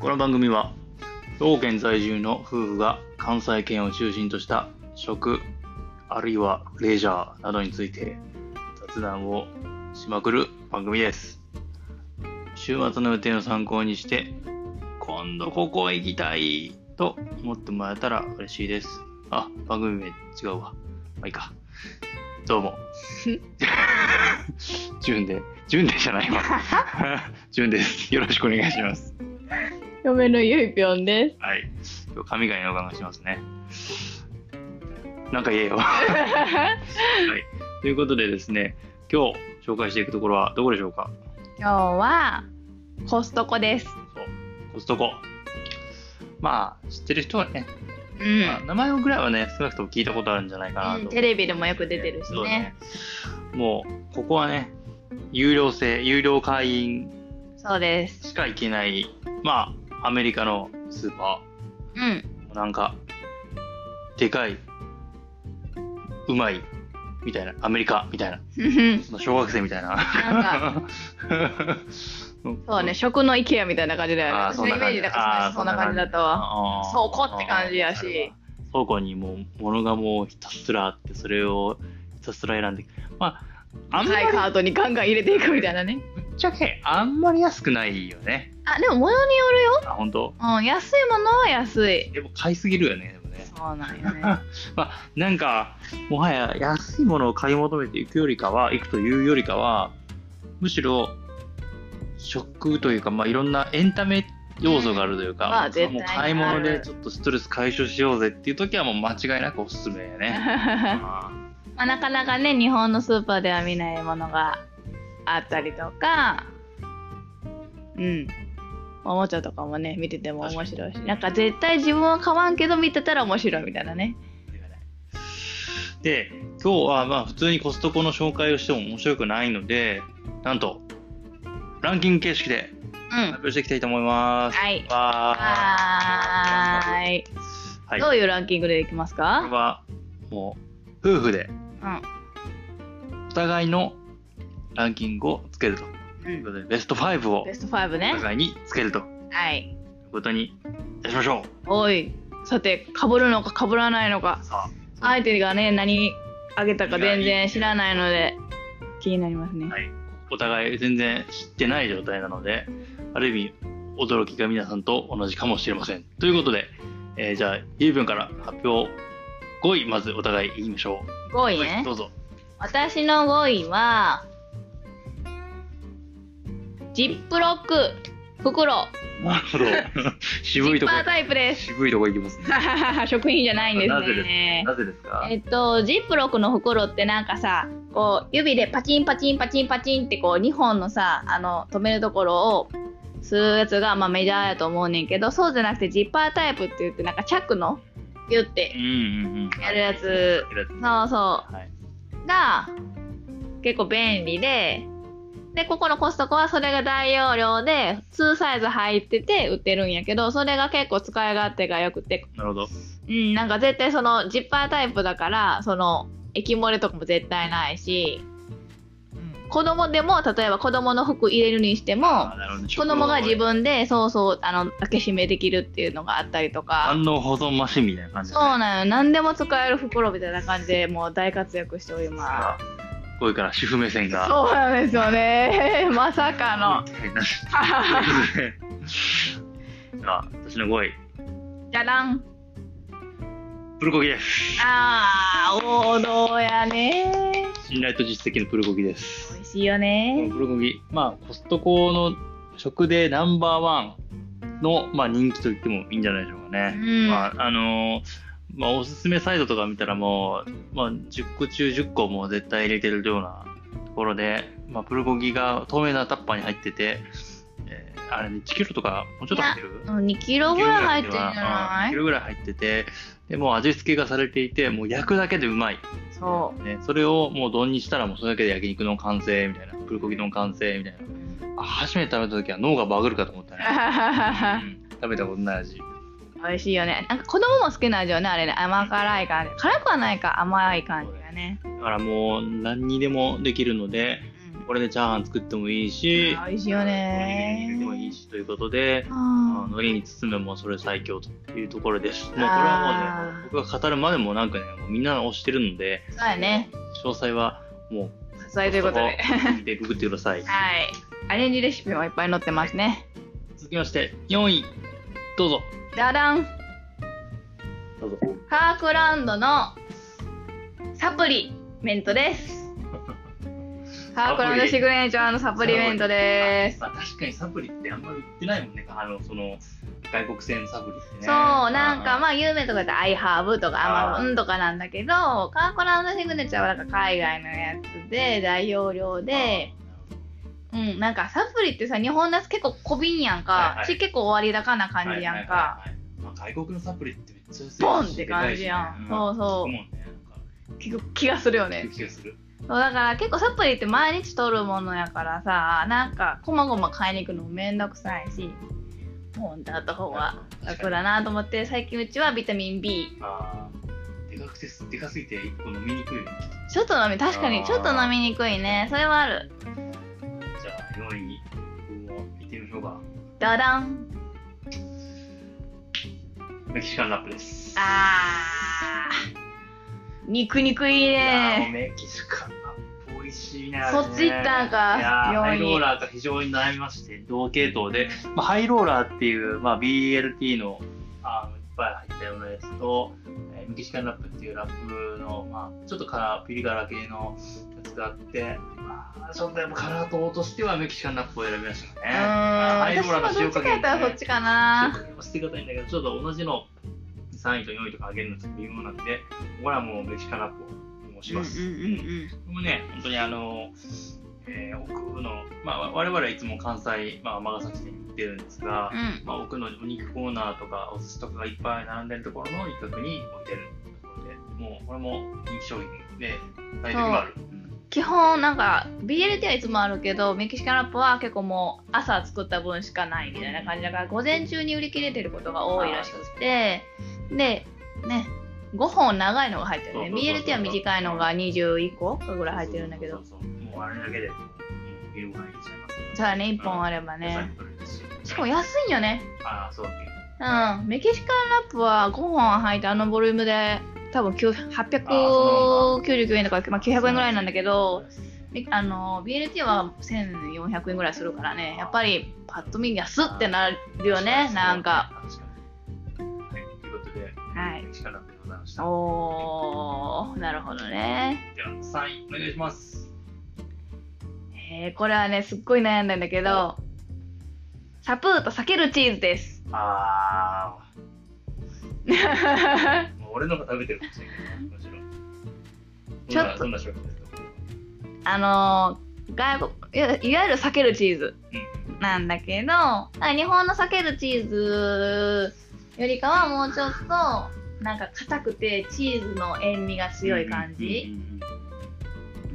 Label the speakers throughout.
Speaker 1: この番組は兵庫県在住の夫婦が関西圏を中心とした食あるいはレジャーなどについて雑談をしまくる番組です週末の予定を参考にして今度ここへ行きたいと思ってもらえたら嬉しいですあ番組名違うわまあいいかどうも ジュンでジュンでじゃないわ ジュンですよろしくお願いします
Speaker 2: 嫁のゆいぴょんで
Speaker 1: はい。今日神々の予感がしますね。なんか言えよ。
Speaker 2: す。
Speaker 1: ということでですね、今日紹介していくところはどこでしょうか
Speaker 2: 今日はコストコです。
Speaker 1: そう。コストコ。まあ、知ってる人はね、
Speaker 2: う
Speaker 1: まあ、名前ぐらいはね、少なくとも聞いたことあるんじゃないかなと、
Speaker 2: うんテレビでもよく出てるしね
Speaker 1: そうね。もう、ここはね、有料制、有料会員
Speaker 2: そうです。
Speaker 1: しか行けない、まあ、アメリカのスーパ
Speaker 2: うん。
Speaker 1: ー、なんか、でかい、うまい、みたいな、アメリカ、みたいな。まあ小学生みたいな。
Speaker 2: なん そうね、食の IKEA みたいな感じだよね。
Speaker 1: あー
Speaker 2: 私のイメージだからそんな感じだったわ。
Speaker 1: あー。
Speaker 2: 倉庫って感じやし
Speaker 1: 倉庫にもう物がもうひたすらあってそれをひたすら選んでまああんま
Speaker 2: 赤
Speaker 1: り
Speaker 2: い
Speaker 1: ぶ
Speaker 2: カートにガンガン入れていくみたいなね。
Speaker 1: っちゃけあんまり安くないよね
Speaker 2: あ、でも物によるよ。
Speaker 1: あ本当
Speaker 2: うん、安いものは安い。
Speaker 1: でも買いすぎるよねでもね
Speaker 2: そうなんよ ね。
Speaker 1: まあなんかもはや安いものを買い求めていくよりかは行くというよりかはむしろ食というかまあいろんなエンタメ要素があるというか、
Speaker 2: うんまあ
Speaker 1: 僕はもう
Speaker 2: 絶対
Speaker 1: 買い物
Speaker 2: あ
Speaker 1: で
Speaker 2: る
Speaker 1: ちょっとストレス解消しようぜっていう時はもう間違いなくおすすめやね。
Speaker 2: ま
Speaker 1: あ
Speaker 2: あ、なかなかね、日本のスーパーでは見ないものがあったりとか、うん。おもちゃとかもね、見てても面白いし、なんか絶対自分は買わんけど見てたら面白いみたいなね。
Speaker 1: ーで今日はまあ普通にコストコの紹介をしても面白くないのでなんとランキング形式で
Speaker 2: うん
Speaker 1: 発。表していきたいと思います。
Speaker 2: はい
Speaker 1: わ
Speaker 2: はーい。
Speaker 1: ーはい
Speaker 2: どういうランキングでいきます
Speaker 1: これ
Speaker 2: か？
Speaker 1: はもう夫婦で
Speaker 2: うん。
Speaker 1: お互いのランキングをつけると
Speaker 2: う
Speaker 1: というんこ、とでベスト5を
Speaker 2: ベスト5
Speaker 1: お
Speaker 2: ね。
Speaker 1: 互いにつけるとい
Speaker 2: はい。
Speaker 1: うことにいたしましょ
Speaker 2: おい。さて、かぶるのかかぶらないのか
Speaker 1: う。さ
Speaker 2: 相手がね、何あげたか全然知らないので、気になりますね
Speaker 1: あ、。はい、お互い全然知ってない状態なのである意味驚きが皆さんと同じかもしれませんということで、えーじゃあゆうぶんから発表5位まずお互い言いましょう
Speaker 2: 5位ね
Speaker 1: ど。うぞ
Speaker 2: 私の5位は、ジップロック袋。
Speaker 1: なるほど
Speaker 2: ジ
Speaker 1: 渋い
Speaker 2: ッ
Speaker 1: とこ
Speaker 2: パータイプです。
Speaker 1: 渋いとこ行きますね
Speaker 2: 食品じゃないんですね。
Speaker 1: なぜですなぜですか、
Speaker 2: えっと、ジップロックの袋ってなんかさこう指でパチンパチンパチンパチンってこう2本のさあの止めるところを吸うやつが、まあ、メジャーやと思うねんけどそうじゃなくてジッパータイプって言ってなんかチャックのギュッて
Speaker 1: うんうんうん
Speaker 2: やるやつ
Speaker 1: やるやつ
Speaker 2: そうそ
Speaker 1: はい、
Speaker 2: うが結構便利ででここのコストコはそれが大容量で2サイズ入ってて売ってるんやけどそれが結構使い勝手が良くて
Speaker 1: なるほど
Speaker 2: うん、なんか絶対そのジッパータイプだからその液漏れとかも絶対ないし、うん、子供でも例えば子供の服入れるにしても
Speaker 1: あなるほどね
Speaker 2: 子供が自分でそうそうあの開け閉めできるっていうのがあったりとか
Speaker 1: 万能保存マシンみたいな感じ
Speaker 2: そうなの何でも使える袋みたいな感じでもう大活躍しておりま
Speaker 1: こういうから主婦目線
Speaker 2: す
Speaker 1: が
Speaker 2: そうなんですよねまさかの
Speaker 1: みたいな じゃあ私の5位
Speaker 2: じゃらん
Speaker 1: プルコギです
Speaker 2: あー王道やね
Speaker 1: 信頼と実績のプルコギです
Speaker 2: 美味しいよ
Speaker 1: この
Speaker 2: ね
Speaker 1: プルコギまあコストコの食でナンバーワンの、まあ、人気と言ってもいいんじゃないでしょうか
Speaker 2: う
Speaker 1: ね、
Speaker 2: ん、
Speaker 1: まああのーまあ、おすすめサイトとか見たらもう、まあ、10個中10個も絶対入れてるようなところで、まあ、プルコギが透明なタッパーに入ってて、えーあれ1キロとかもうちょっと入ってる
Speaker 2: うん2キロぐらい入ってるんじゃな
Speaker 1: キ
Speaker 2: い
Speaker 1: ロぐらい入ってて、でもう味付けがされていて、もう焼くだけでうまい。
Speaker 2: そ
Speaker 1: ね、それをもう丼にしたらもうそれだけで焼肉の完成みたいな、プルコギの完成みたいな。あ初めて食べた時は脳がバグるかと思った ね。う
Speaker 2: う。
Speaker 1: ん食べたことない味。
Speaker 2: 美味しいよね。なんか子供も好きな味よね、あれね。甘辛い感じ。辛くはないか、甘い感じがね。
Speaker 1: だからもう何にでもできるので、
Speaker 2: うん
Speaker 1: これでチャーハン作ってもいいし
Speaker 2: あー美味しいよね
Speaker 1: おにぎりに入れてもいいしということで、まあ
Speaker 2: あ
Speaker 1: 海苔に包むもそれ最強というところです。もうこれはもう
Speaker 2: あ
Speaker 1: ね、僕が語るまでもなくね、もうみんな推してるので、
Speaker 2: ーそうやね。
Speaker 1: 詳細はも
Speaker 2: 支えということで。
Speaker 1: う、でググってください。
Speaker 2: はい。アレンジレシピもいっぱい載ってますね。
Speaker 1: 続きまして、4位、どうぞ。
Speaker 2: じゃらん。
Speaker 1: どうぞ。
Speaker 2: カークランドのサプリメント です。カークランドシグネチャーのサプリメントです。
Speaker 1: あ確かにサプリってあんまり売ってないもんね、あの、その、外国製のサプリってね。
Speaker 2: そう、なんか
Speaker 1: あ
Speaker 2: まあ有名とかで I have とか
Speaker 1: あー
Speaker 2: Amazon とかなんだけど、カーコランドシグネチャーはなんか海外のやつで大容量
Speaker 1: ー、
Speaker 2: で、うん、なんかサプリってさ、日本のやつ結構小瓶やんか、
Speaker 1: はいはい
Speaker 2: ち結構終わり高な
Speaker 1: あー
Speaker 2: 感じやん
Speaker 1: は
Speaker 2: か、。
Speaker 1: いはいはいはいまあ、外国のサプリってめっちゃ安いし
Speaker 2: ボンって感じやん。
Speaker 1: でかいしね
Speaker 2: そうそ
Speaker 1: うん。もう
Speaker 2: う、
Speaker 1: ね、なんか、
Speaker 2: 結構気がするよね。
Speaker 1: 気がする。
Speaker 2: そうだから結構サプリって毎日取るものやからさなんかこまごま買いに行くのもめんどくさいし本当あった方が
Speaker 1: 確
Speaker 2: 楽
Speaker 1: かに
Speaker 2: だなと思って最近うちはビタミン B
Speaker 1: あーでかくてす、でかすぎて1個飲みにくいよね。
Speaker 2: ちょっと飲み確か
Speaker 1: あ
Speaker 2: に
Speaker 1: ー
Speaker 2: ちょっと飲みにくいねそれはある
Speaker 1: じゃあ、4位、僕も見てみましょうか。
Speaker 2: ダダン
Speaker 1: メキシカンラップです。
Speaker 2: あー肉肉いい
Speaker 1: いやーもう
Speaker 2: ね
Speaker 1: メキシカンラップ美味しいね。
Speaker 2: そっち行ったんか
Speaker 1: いやー
Speaker 2: 4位
Speaker 1: ハイローラーが非常に悩みまして、同系統で、まあ、ハイローラーっていう、まあ、BLT のあのいっぱい入ったようなやつと、えーメキシカンラップっていうラップの、まあ、ちょっと辛ピリ辛系のやつがあって、まあ、ちょっとやっぱ辛党としてはメキシカンラップを選びましたね。
Speaker 2: うーん
Speaker 1: まあハイロ
Speaker 2: 私
Speaker 1: ーラーの
Speaker 2: もど
Speaker 1: 塩
Speaker 2: っち
Speaker 1: 加
Speaker 2: かや
Speaker 1: 減で
Speaker 2: ったらそっちかな
Speaker 1: は捨て方いいんだけど、ちょっと同じの3位と4位とか上げるのちょっと微妙なんで、ここらはもうメキシカンラップを申し
Speaker 2: うん
Speaker 1: ま
Speaker 2: うん
Speaker 1: す。
Speaker 2: うん
Speaker 1: これもね、本当にあの、えー奥の、まあ、我々はいつも関西、まあ、尼崎店に行ってるんですが、
Speaker 2: うん
Speaker 1: まあ、奥のお肉コーナーとかお寿司とかがいっぱい並んでるところの一角に置いてるところで、もうこれも人気商品で、大体がある。うん
Speaker 2: 基本なんか BLT はいつもあるけどメキシカンラップは結構もう朝作った分しかないみたいな感じだから午前中に売り切れてることが多いらしくてでね5本長いのが入ってるね
Speaker 1: そうそうそうそう
Speaker 2: BLT は短いのが21個ぐらい入ってるんだけ
Speaker 1: そ
Speaker 2: ど
Speaker 1: うそうそうもうあれだけで、もう見るご飯にしちゃいますね。
Speaker 2: そうだね1本あれば
Speaker 1: 野菜
Speaker 2: ね
Speaker 1: も取れるし
Speaker 2: しかも安いよね
Speaker 1: ああ、そうっていう。
Speaker 2: うんメキシカンラップは5本入ってあのボリュームで多分9 899円とか、まあ、900円ぐらいなんだけどであの BLT は1400円ぐらいするからねやっぱりパッと見安ってなるよねなんか
Speaker 1: 確かに。はい、ということで、
Speaker 2: はい
Speaker 1: メキシカンラップでございました。
Speaker 2: おーなるほどね
Speaker 1: では、3位お願いします。
Speaker 2: えーこれはねすっごい悩んだんだけどサプーと避けるチーズです
Speaker 1: ああ、もう俺の方が食べてるかもしれないけど、むしろ。
Speaker 2: ちょっと
Speaker 1: どんなどんな商品ですか
Speaker 2: あのー外国いわいわゆる避けるチーズなんだけどなんか日本の避けるチーズよりかはもうちょっとなんか硬くてチーズの塩味が強い感じ、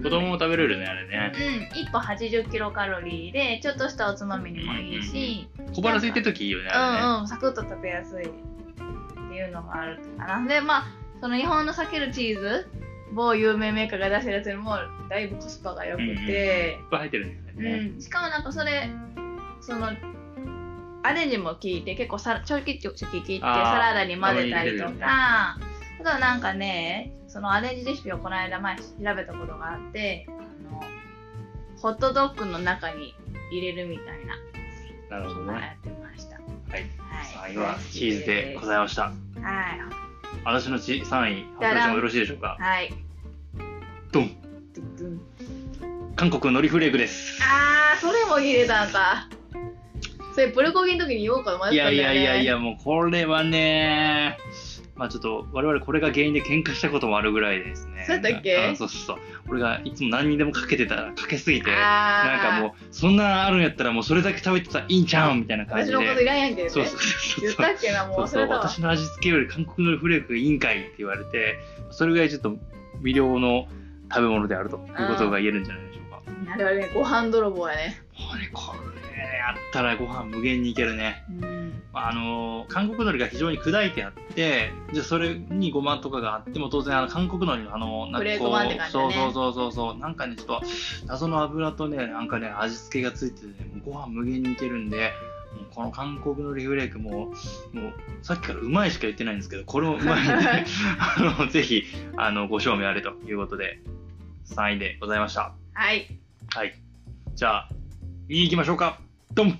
Speaker 1: 子供も食べれるね、あれね。
Speaker 2: うん、1本80キロカロリーでちょっとしたおつまみにもいいし、
Speaker 1: 小腹空いてるときいいよね、
Speaker 2: う
Speaker 1: あれね。
Speaker 2: んうん、サクッと食べやすいっていうのがあるかなでまあその日本の避けるチーズ某有名メーカーが出してるやつよりもだいぶコスパが良くて
Speaker 1: い、っぱい入ってるんだ
Speaker 2: うん
Speaker 1: よね。
Speaker 2: しかもなんかそれそのアレンジも効いて結構さちょきちょき切ってサ
Speaker 1: あー
Speaker 2: ラダに混ぜた
Speaker 1: たまに入れてる
Speaker 2: りと
Speaker 1: よね
Speaker 2: か。あとはなんかね、そのアレンジレシピをこの間前調べたことがあって、あのホットドッグの中に入れるみたいな
Speaker 1: なるほど
Speaker 2: や
Speaker 1: ね。
Speaker 2: ってました。
Speaker 1: はい。3
Speaker 2: は
Speaker 1: 位はチーズでございました。
Speaker 2: はい。
Speaker 1: 私のち3位、発表してもよろしいでしょうか。
Speaker 2: はい。
Speaker 1: ドン
Speaker 2: ドゥンドゥン
Speaker 1: 韓国のりフレークです。
Speaker 2: あー、それも入れたんか。それ、プルコギの時に言おうか
Speaker 1: い
Speaker 2: 迷っ
Speaker 1: や
Speaker 2: たんだよね。
Speaker 1: いやいやいや、もうこれはね、まあちょっと我々これが原因で喧嘩したこともあるぐらいですね。
Speaker 2: そうだったっけ
Speaker 1: うんそうそうそう。俺がいつも何にでもかけてたら、かけすぎて、
Speaker 2: あー
Speaker 1: なんかもう、そんなあるんやったらもうそれだけ食べてたらいいんちゃうんみたいな感
Speaker 2: 私
Speaker 1: じで。
Speaker 2: のこといらんやんけどね。
Speaker 1: そうそうそう
Speaker 2: 言っ
Speaker 1: そう。
Speaker 2: たっけな、も
Speaker 1: そう
Speaker 2: うそ
Speaker 1: そう
Speaker 2: れだわ。
Speaker 1: 私の味付けより韓国のりフレークがいいんかいって言われて、それぐらいちょっと微量の食べ物であるということが言えるんじゃないでしょうか。
Speaker 2: あれはね、ご飯泥棒やね。
Speaker 1: もうね、これね、あったらご飯無限にいけるね。
Speaker 2: うん。
Speaker 1: まあ、あの韓国海苔が非常に砕いてあってでそれにごまとかがあっても当然あの韓国海苔のあのなん
Speaker 2: フレー
Speaker 1: か
Speaker 2: クごまって感じだ
Speaker 1: そ
Speaker 2: ね
Speaker 1: うそうそうそうそうなんかねちょっと謎の油とねなんかね味付けがついてて、ね、もうご飯無限にいけるんでもうこの韓国海苔フレークももうさっきからうまいしか言ってないんですけどこれもうまいんで あのぜひあのご賞味あれということで3位でございました
Speaker 2: はい。
Speaker 1: はいじゃあ2位いきましょうかドン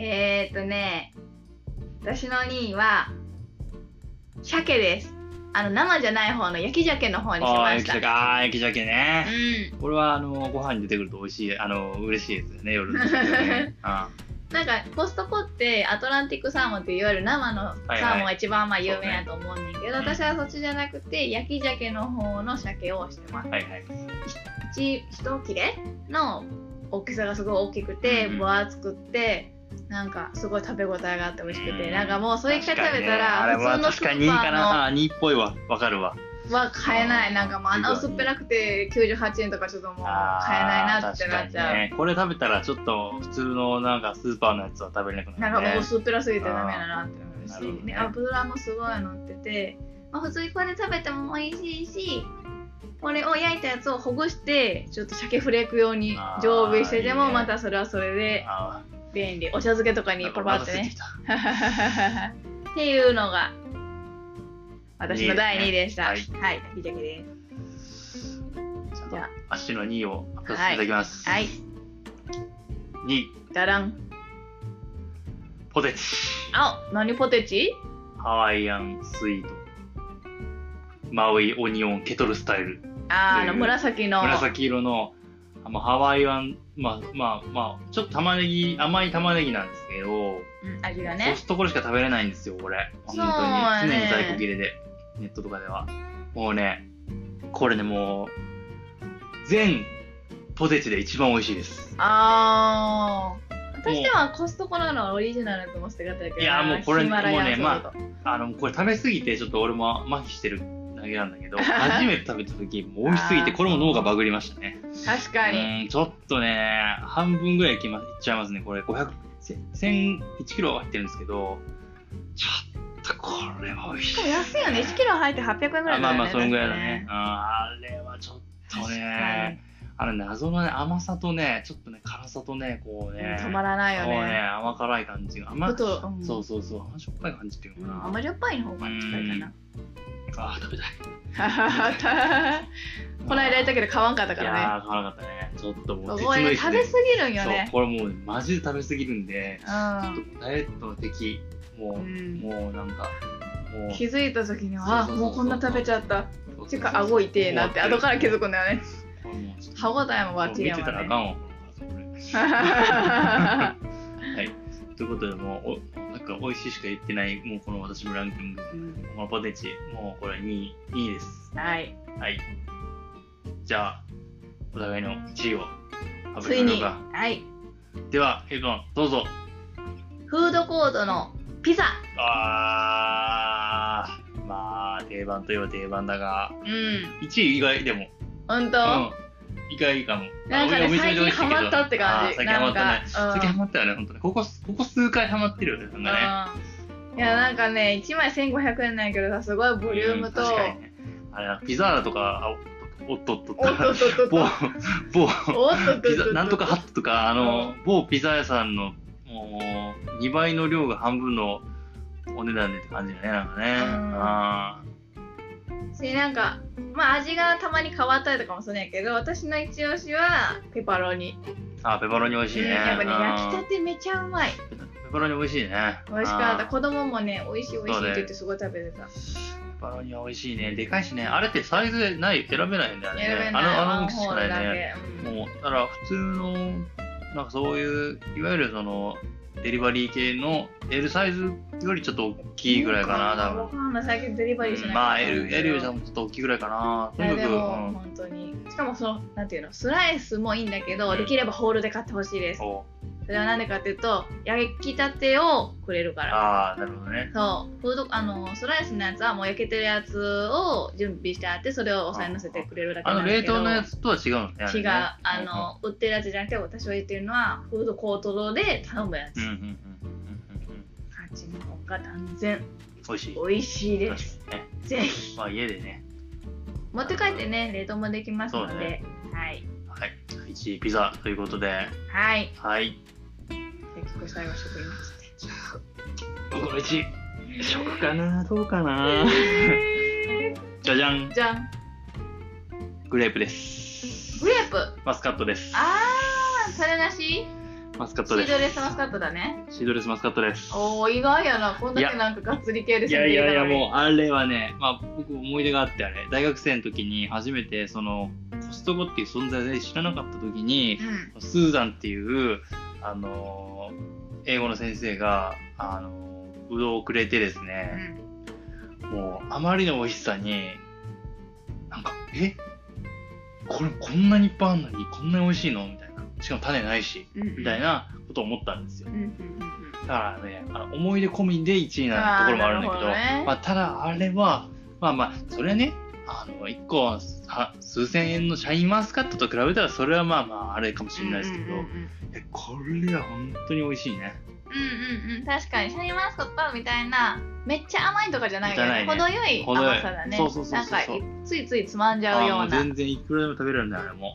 Speaker 2: えー、っとね、私の2位は、鮭です。あの、生じゃない方の焼き鮭の方にし
Speaker 1: ああー、
Speaker 2: ま
Speaker 1: 焼
Speaker 2: し
Speaker 1: き
Speaker 2: た。
Speaker 1: 鮭、ああ、焼き鮭ね。
Speaker 2: うん。
Speaker 1: これはあのご飯に出てくると美味しい、あの嬉しいですよね、夜の時間 ね。あ
Speaker 2: なんかコストコってアトランティックサーモンっていわゆる生のサーモンが一番まあ有名やと思うんだけど、
Speaker 1: そうね
Speaker 2: 私はそっちじゃなくて焼き鮭の方の鮭をしてます
Speaker 1: ーはいはい。
Speaker 2: 一一切れの大きさがすごい大きくて
Speaker 1: うんうん
Speaker 2: 分厚くってなんかすごい食べ応えがあって美味しくて、
Speaker 1: うん
Speaker 2: なんかもうそれ一回食
Speaker 1: 確か
Speaker 2: べた
Speaker 1: にねあれ
Speaker 2: ら普
Speaker 1: は
Speaker 2: 通の
Speaker 1: 確
Speaker 2: スー
Speaker 1: か
Speaker 2: パ
Speaker 1: にいいか
Speaker 2: ーの
Speaker 1: な。あー、2っぽいわ。わかるわ。
Speaker 2: は買えないなんかもうあんな
Speaker 1: すご
Speaker 2: 薄
Speaker 1: い
Speaker 2: っぺらくて98円とかちょっともう
Speaker 1: あー
Speaker 2: 買えないなってなっち
Speaker 1: 確
Speaker 2: ゃ
Speaker 1: か
Speaker 2: う、
Speaker 1: にねこれ食べたらちょっと普通のなんかスーパーのやつは食べれなく
Speaker 2: な
Speaker 1: なんる
Speaker 2: かもう
Speaker 1: ね。
Speaker 2: 薄っぺらすぎてダメだなって思う
Speaker 1: あーな
Speaker 2: し、
Speaker 1: るほどね
Speaker 2: で油もすごい乗ってて、まあ、普通にこれ食べても美味しいしこれを焼いたやつをほぐしてちょっと鮭フレーク用に常備してで
Speaker 1: あーいい
Speaker 2: も
Speaker 1: ね
Speaker 2: またそれはそれで
Speaker 1: あ
Speaker 2: 便利お茶漬けとか
Speaker 1: ー
Speaker 2: に
Speaker 1: なん
Speaker 2: パ
Speaker 1: か
Speaker 2: ラ
Speaker 1: お
Speaker 2: パラ
Speaker 1: 腹
Speaker 2: っ
Speaker 1: 空
Speaker 2: て
Speaker 1: いて
Speaker 2: ね
Speaker 1: きた
Speaker 2: っていうのが私の第2位でした
Speaker 1: は
Speaker 2: はいい、はい、ひじゃけで
Speaker 1: じ
Speaker 2: じ
Speaker 1: ゃ
Speaker 2: ゃ
Speaker 1: あ、足の2位を発表させていただきます。
Speaker 2: すはい
Speaker 1: 2位、
Speaker 2: だらん
Speaker 1: ポテチ。
Speaker 2: あ何ポテチ
Speaker 1: ハワイアンスイート。マウイオニオンケトルスタイル。
Speaker 2: あ
Speaker 1: と
Speaker 2: ーあ
Speaker 1: いう
Speaker 2: の紫の
Speaker 1: 紫色のあまあハワイアンまあまあまあちょっと玉ねぎ甘い玉ねぎなんですけど、
Speaker 2: うん、味が
Speaker 1: そう
Speaker 2: ね
Speaker 1: するとこれしか食べれないんですよこれ本当に
Speaker 2: そうや
Speaker 1: 常
Speaker 2: ね
Speaker 1: に在庫切れでネットとかではもうねこれねもう全ポテチで一番美味しいです
Speaker 2: ああ私ではコストコなのオリジナルだと思ってたけどない
Speaker 1: やもうこれ
Speaker 2: ヒマラヤ
Speaker 1: もうね
Speaker 2: ソード
Speaker 1: あのこれ食べ過ぎてちょっと俺も麻痺してるだけなんだ けど初めて食べた時もう美味しすぎてこれも脳がバグりましたね
Speaker 2: 確かに、
Speaker 1: うんちょっとね、半分ぐらいいき、ま、いっちゃいますね、これ、500、せ1000 1キロ入ってるんですけど、ちょっとこれは美味しい。
Speaker 2: でも安いよね1キロ入って800円ぐらいだよ
Speaker 1: あ
Speaker 2: ね
Speaker 1: まあまあ、そのぐらいだ
Speaker 2: 確か
Speaker 1: ね。うんあれはちょっとね
Speaker 2: ね、
Speaker 1: あの謎のね、甘さとね、ちょっとね、辛さとね、こう
Speaker 2: うん
Speaker 1: ね、
Speaker 2: 止まらないよ
Speaker 1: こうね
Speaker 2: ね
Speaker 1: 甘辛い感じが、
Speaker 2: ちょ
Speaker 1: 甘
Speaker 2: っと、うん、
Speaker 1: そうそうそう、甘しょっぱい感じっていう
Speaker 2: う
Speaker 1: のか
Speaker 2: ん、
Speaker 1: な。
Speaker 2: 甘じょっぱいの方が近いかな
Speaker 1: あー食べたい。
Speaker 2: この間言ったけど買わんかったか
Speaker 1: い
Speaker 2: らね
Speaker 1: やー、辛かったね。ちょっともう、
Speaker 2: これね食べ過ぎるんよ
Speaker 1: そう、
Speaker 2: ね
Speaker 1: これもう、マジで食べ過ぎるんで、
Speaker 2: う
Speaker 1: ダイエットの敵、もう、
Speaker 2: ん、うん、
Speaker 1: もうなんか、もう、
Speaker 2: 気づいた時には
Speaker 1: そうそ
Speaker 2: あ
Speaker 1: うそうそう
Speaker 2: もうこんな食べちゃった
Speaker 1: そう
Speaker 2: てか顎痛えなって後から気づ
Speaker 1: く。
Speaker 2: くんだよね
Speaker 1: これもうちょっと
Speaker 2: 歯応えもバッチリ
Speaker 1: もう
Speaker 2: や
Speaker 1: 見て
Speaker 2: も
Speaker 1: たらあ
Speaker 2: ん
Speaker 1: か
Speaker 2: ね
Speaker 1: んわ、こ れはい。ということで、もう、おなんか、美味しいしか言ってない、もうこの私のランキング、
Speaker 2: うん
Speaker 1: このポテチ、もうこれ2位、2位です。
Speaker 2: はい
Speaker 1: はい。じゃあ、お互いの1位を発
Speaker 2: つ
Speaker 1: 表し
Speaker 2: い
Speaker 1: ましょう
Speaker 2: に
Speaker 1: か。
Speaker 2: はい
Speaker 1: では、エドン、どうぞ。
Speaker 2: フードコートのピザ
Speaker 1: あー、まあ、定番といえば定番だが、
Speaker 2: うん
Speaker 1: 1位以外でも、
Speaker 2: 本
Speaker 1: うん
Speaker 2: 当、
Speaker 1: 意外かも。
Speaker 2: なんか
Speaker 1: あ
Speaker 2: ね
Speaker 1: お店
Speaker 2: 最
Speaker 1: で美味
Speaker 2: 近
Speaker 1: しい
Speaker 2: ハ
Speaker 1: けど
Speaker 2: マったって
Speaker 1: あー
Speaker 2: 感じ
Speaker 1: 最近ハマ
Speaker 2: な
Speaker 1: っ
Speaker 2: ん
Speaker 1: たね
Speaker 2: か。
Speaker 1: 最近ハマったよね、本当に。ここ、ここ数回ハマってるよね、なんかね。
Speaker 2: うんいやなんかね1枚1500円なんやけどさすごいボリュームと、
Speaker 1: うん確かにねあれ、ピザーラとか、あおっとっとっとっ
Speaker 2: おっと
Speaker 1: と。
Speaker 2: っとっと っと
Speaker 1: 某、某、
Speaker 2: おっとっと
Speaker 1: ピ
Speaker 2: っとっ
Speaker 1: ザ、
Speaker 2: と
Speaker 1: なんとかハットとか、あの
Speaker 2: う、
Speaker 1: 某ピザ屋さんの、もう、2倍の量が半分のお値段でって感じだね、なんかね。
Speaker 2: うん
Speaker 1: あ
Speaker 2: しなんかまあ味がたまに変わったりとかもするんやけど私の一押しはペパロニ、
Speaker 1: ーあー、ペパロニ美味しいね。
Speaker 2: やっぱね
Speaker 1: うん
Speaker 2: 焼きたてめちゃうまい
Speaker 1: ペパロニ美味しいね。
Speaker 2: 美味しかっ
Speaker 1: あ
Speaker 2: た
Speaker 1: ー
Speaker 2: 子供もね美味しい美味しいって
Speaker 1: そう
Speaker 2: 言
Speaker 1: ね
Speaker 2: ってすごい食べてた、
Speaker 1: ペパロニは美味しいね。でかいしね。あれってサイズでない、選べないんだよね。
Speaker 2: 選べ
Speaker 1: あ
Speaker 2: ない
Speaker 1: の、あ
Speaker 2: ワ
Speaker 1: の
Speaker 2: ン
Speaker 1: 大きさし
Speaker 2: ホ
Speaker 1: か
Speaker 2: ールだ
Speaker 1: ないね。
Speaker 2: け、うん
Speaker 1: もう、だから普通の、なんかそういう、いわゆるその、デリバリー系の L サイズよりちょっと大きいぐらいかな、多
Speaker 2: わかんない最近デリバリーし
Speaker 1: 分。
Speaker 2: ない
Speaker 1: まあ L、L より多
Speaker 2: ん
Speaker 1: 分ちょっと大きいぐらいかな。と
Speaker 2: い
Speaker 1: に
Speaker 2: や
Speaker 1: か
Speaker 2: で
Speaker 1: く、
Speaker 2: も
Speaker 1: うん
Speaker 2: 本当にしかもそのなんていうのスライスもいいんだけど、
Speaker 1: うん
Speaker 2: できればホールで買ってほしいです
Speaker 1: お
Speaker 2: それはなんでかっていうと焼きたてをくれるから
Speaker 1: ああ、なるほどね。
Speaker 2: そうフードあのスライスのやつはもう焼けてるやつを準備してあってそれをお皿に乗せてくれるだけ
Speaker 1: あ
Speaker 2: な
Speaker 1: の、
Speaker 2: んだけ
Speaker 1: 冷
Speaker 2: ど
Speaker 1: 凍のやつとは違うのね。れね
Speaker 2: 違うあの、売ってるやつじゃなくて私は言ってるのはフードコートロで頼むやつ、
Speaker 1: うんうんうんうん
Speaker 2: が断然
Speaker 1: 美味しい。
Speaker 2: 美味しいです
Speaker 1: 確かにね。
Speaker 2: ぜひ
Speaker 1: まあ家でね。
Speaker 2: 持って帰ってね冷凍もできますので、
Speaker 1: そうね
Speaker 2: はい
Speaker 1: はい。1位ピザということで。
Speaker 2: はい
Speaker 1: はい。
Speaker 2: 結構最後食いま
Speaker 1: 僕の1
Speaker 2: し
Speaker 1: 位。食かなどうかな じゃじゃん
Speaker 2: じゃん
Speaker 1: グレープです。
Speaker 2: グレープ
Speaker 1: マスカットです。
Speaker 2: あーそれなし
Speaker 1: マスカッ
Speaker 2: シ
Speaker 1: ト
Speaker 2: ー
Speaker 1: です。
Speaker 2: ドレスマスカットだね
Speaker 1: シードレスマスカットです。
Speaker 2: おお意外やなこんだ
Speaker 1: い
Speaker 2: け
Speaker 1: や
Speaker 2: なんかがっつり系で
Speaker 1: いやいやいや
Speaker 2: う
Speaker 1: もうあれはね、まあ、僕思い出があってあれ大学生の時に初めてそのコストコっていう存在で知らなかった時に
Speaker 2: うん
Speaker 1: スーザンっていう、あのー英語の先生が、あのーうどんをくれてです
Speaker 2: う
Speaker 1: ね、
Speaker 2: ん
Speaker 1: もうあまりの美味しさになんかえこれこんなにいっぱいあんのにこんなに美味しいのみたいなしかも種ないし
Speaker 2: うん
Speaker 1: みたいなことを思ったんですよ
Speaker 2: うんうんうんうん
Speaker 1: だからね、あの思い出込みで1位なところもあるんだけど、
Speaker 2: あーなるほどね
Speaker 1: まあ、ただあれは、まあまあ、それはね、あの1個あ数千円のシャインマスカットと比べたら、それはまあまあ、あれかもしれないですけど、
Speaker 2: うんうんうん
Speaker 1: えこれは本当に美味しいね。
Speaker 2: うんうんうん確かにシャインマスカットみたいなめっちゃ甘いとかじゃないよ
Speaker 1: じゃ
Speaker 2: ね
Speaker 1: ないね
Speaker 2: 程よい
Speaker 1: 程よい
Speaker 2: 甘さだね
Speaker 1: そうそうそうそう
Speaker 2: なんかいついついつまんじゃうよ
Speaker 1: あー
Speaker 2: うな
Speaker 1: 全然いくらでも食べれるんだよ、あれも。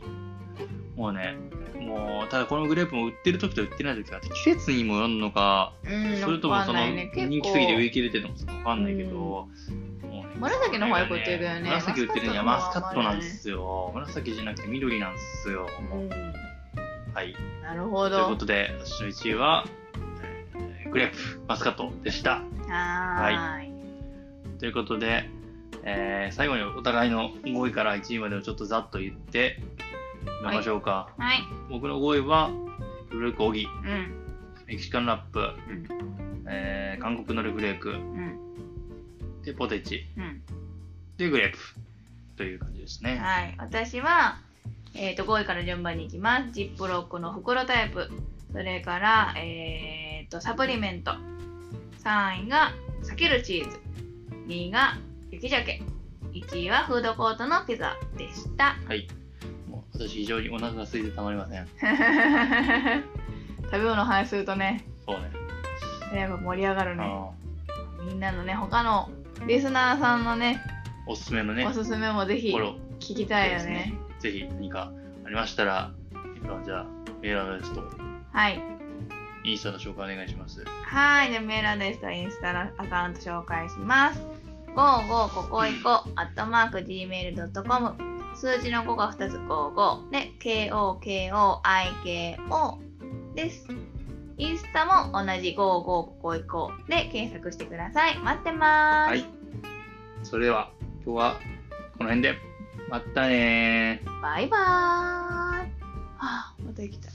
Speaker 1: もうね、もう、ただこのグレープも売ってる時と売ってない時があって、季節にもよるのか、
Speaker 2: うん
Speaker 1: それともそ
Speaker 2: わかんな
Speaker 1: の
Speaker 2: いね結構
Speaker 1: 人気すぎて売り切れてるのかわかんないけど、もうね
Speaker 2: 紫の方がよく売ってるよね
Speaker 1: 紫売ってるには
Speaker 2: マ
Speaker 1: マ
Speaker 2: ス
Speaker 1: ス
Speaker 2: カ
Speaker 1: カッ
Speaker 2: ット
Speaker 1: ト
Speaker 2: の方が
Speaker 1: なんですよ。紫じゃなくて緑なんですよ。
Speaker 2: うん
Speaker 1: はい。
Speaker 2: なるほ
Speaker 1: という
Speaker 2: ど
Speaker 1: ことで、私の1位は、えーグレープ、マスカットでした。
Speaker 2: はーい
Speaker 1: ということで、えー最後にお互いの5位から1位までをちょっとざっと言ってみましょうか。
Speaker 2: はい
Speaker 1: 僕の5位は、ブルーコーギー、
Speaker 2: うん
Speaker 1: メキシカンラップ、えー韓国のルフレーク、
Speaker 2: うん
Speaker 1: で、ポテチ、
Speaker 2: うん
Speaker 1: で、グレープという感じですね。
Speaker 2: はい私はえっ、と5位から順番に行きますジップロックの袋タイプそれからえっ、とサプリメント3位が避けるチーズ2位が雪鮭1位はフードコートのピザで した
Speaker 1: はい。もう私非常にお腹が空いてたまりません。
Speaker 2: 食べ物の話するとね
Speaker 1: そうね。
Speaker 2: やっぱ盛り上がる
Speaker 1: あ
Speaker 2: ね
Speaker 1: の
Speaker 2: みんなのね他のリスナーさんのね
Speaker 1: おすすめのね、
Speaker 2: おすすめもぜひ
Speaker 1: これを
Speaker 2: 聞きたいよ
Speaker 1: です
Speaker 2: ね。
Speaker 1: ぜひ何かありましたら、今じゃあメールアドレスと
Speaker 2: はい
Speaker 1: インスタの紹介お願いします。
Speaker 2: はいでメールアドレスとインスタのアカウント紹介します55ここいこアットマーク gmail.com 数字の5が2つ55で KOKOIKO ですインスタも同じ55ここいこで検索してください待ってます、
Speaker 1: はい。それでは今日はこの辺で、またねー。
Speaker 2: バイバーイはあまた行きたい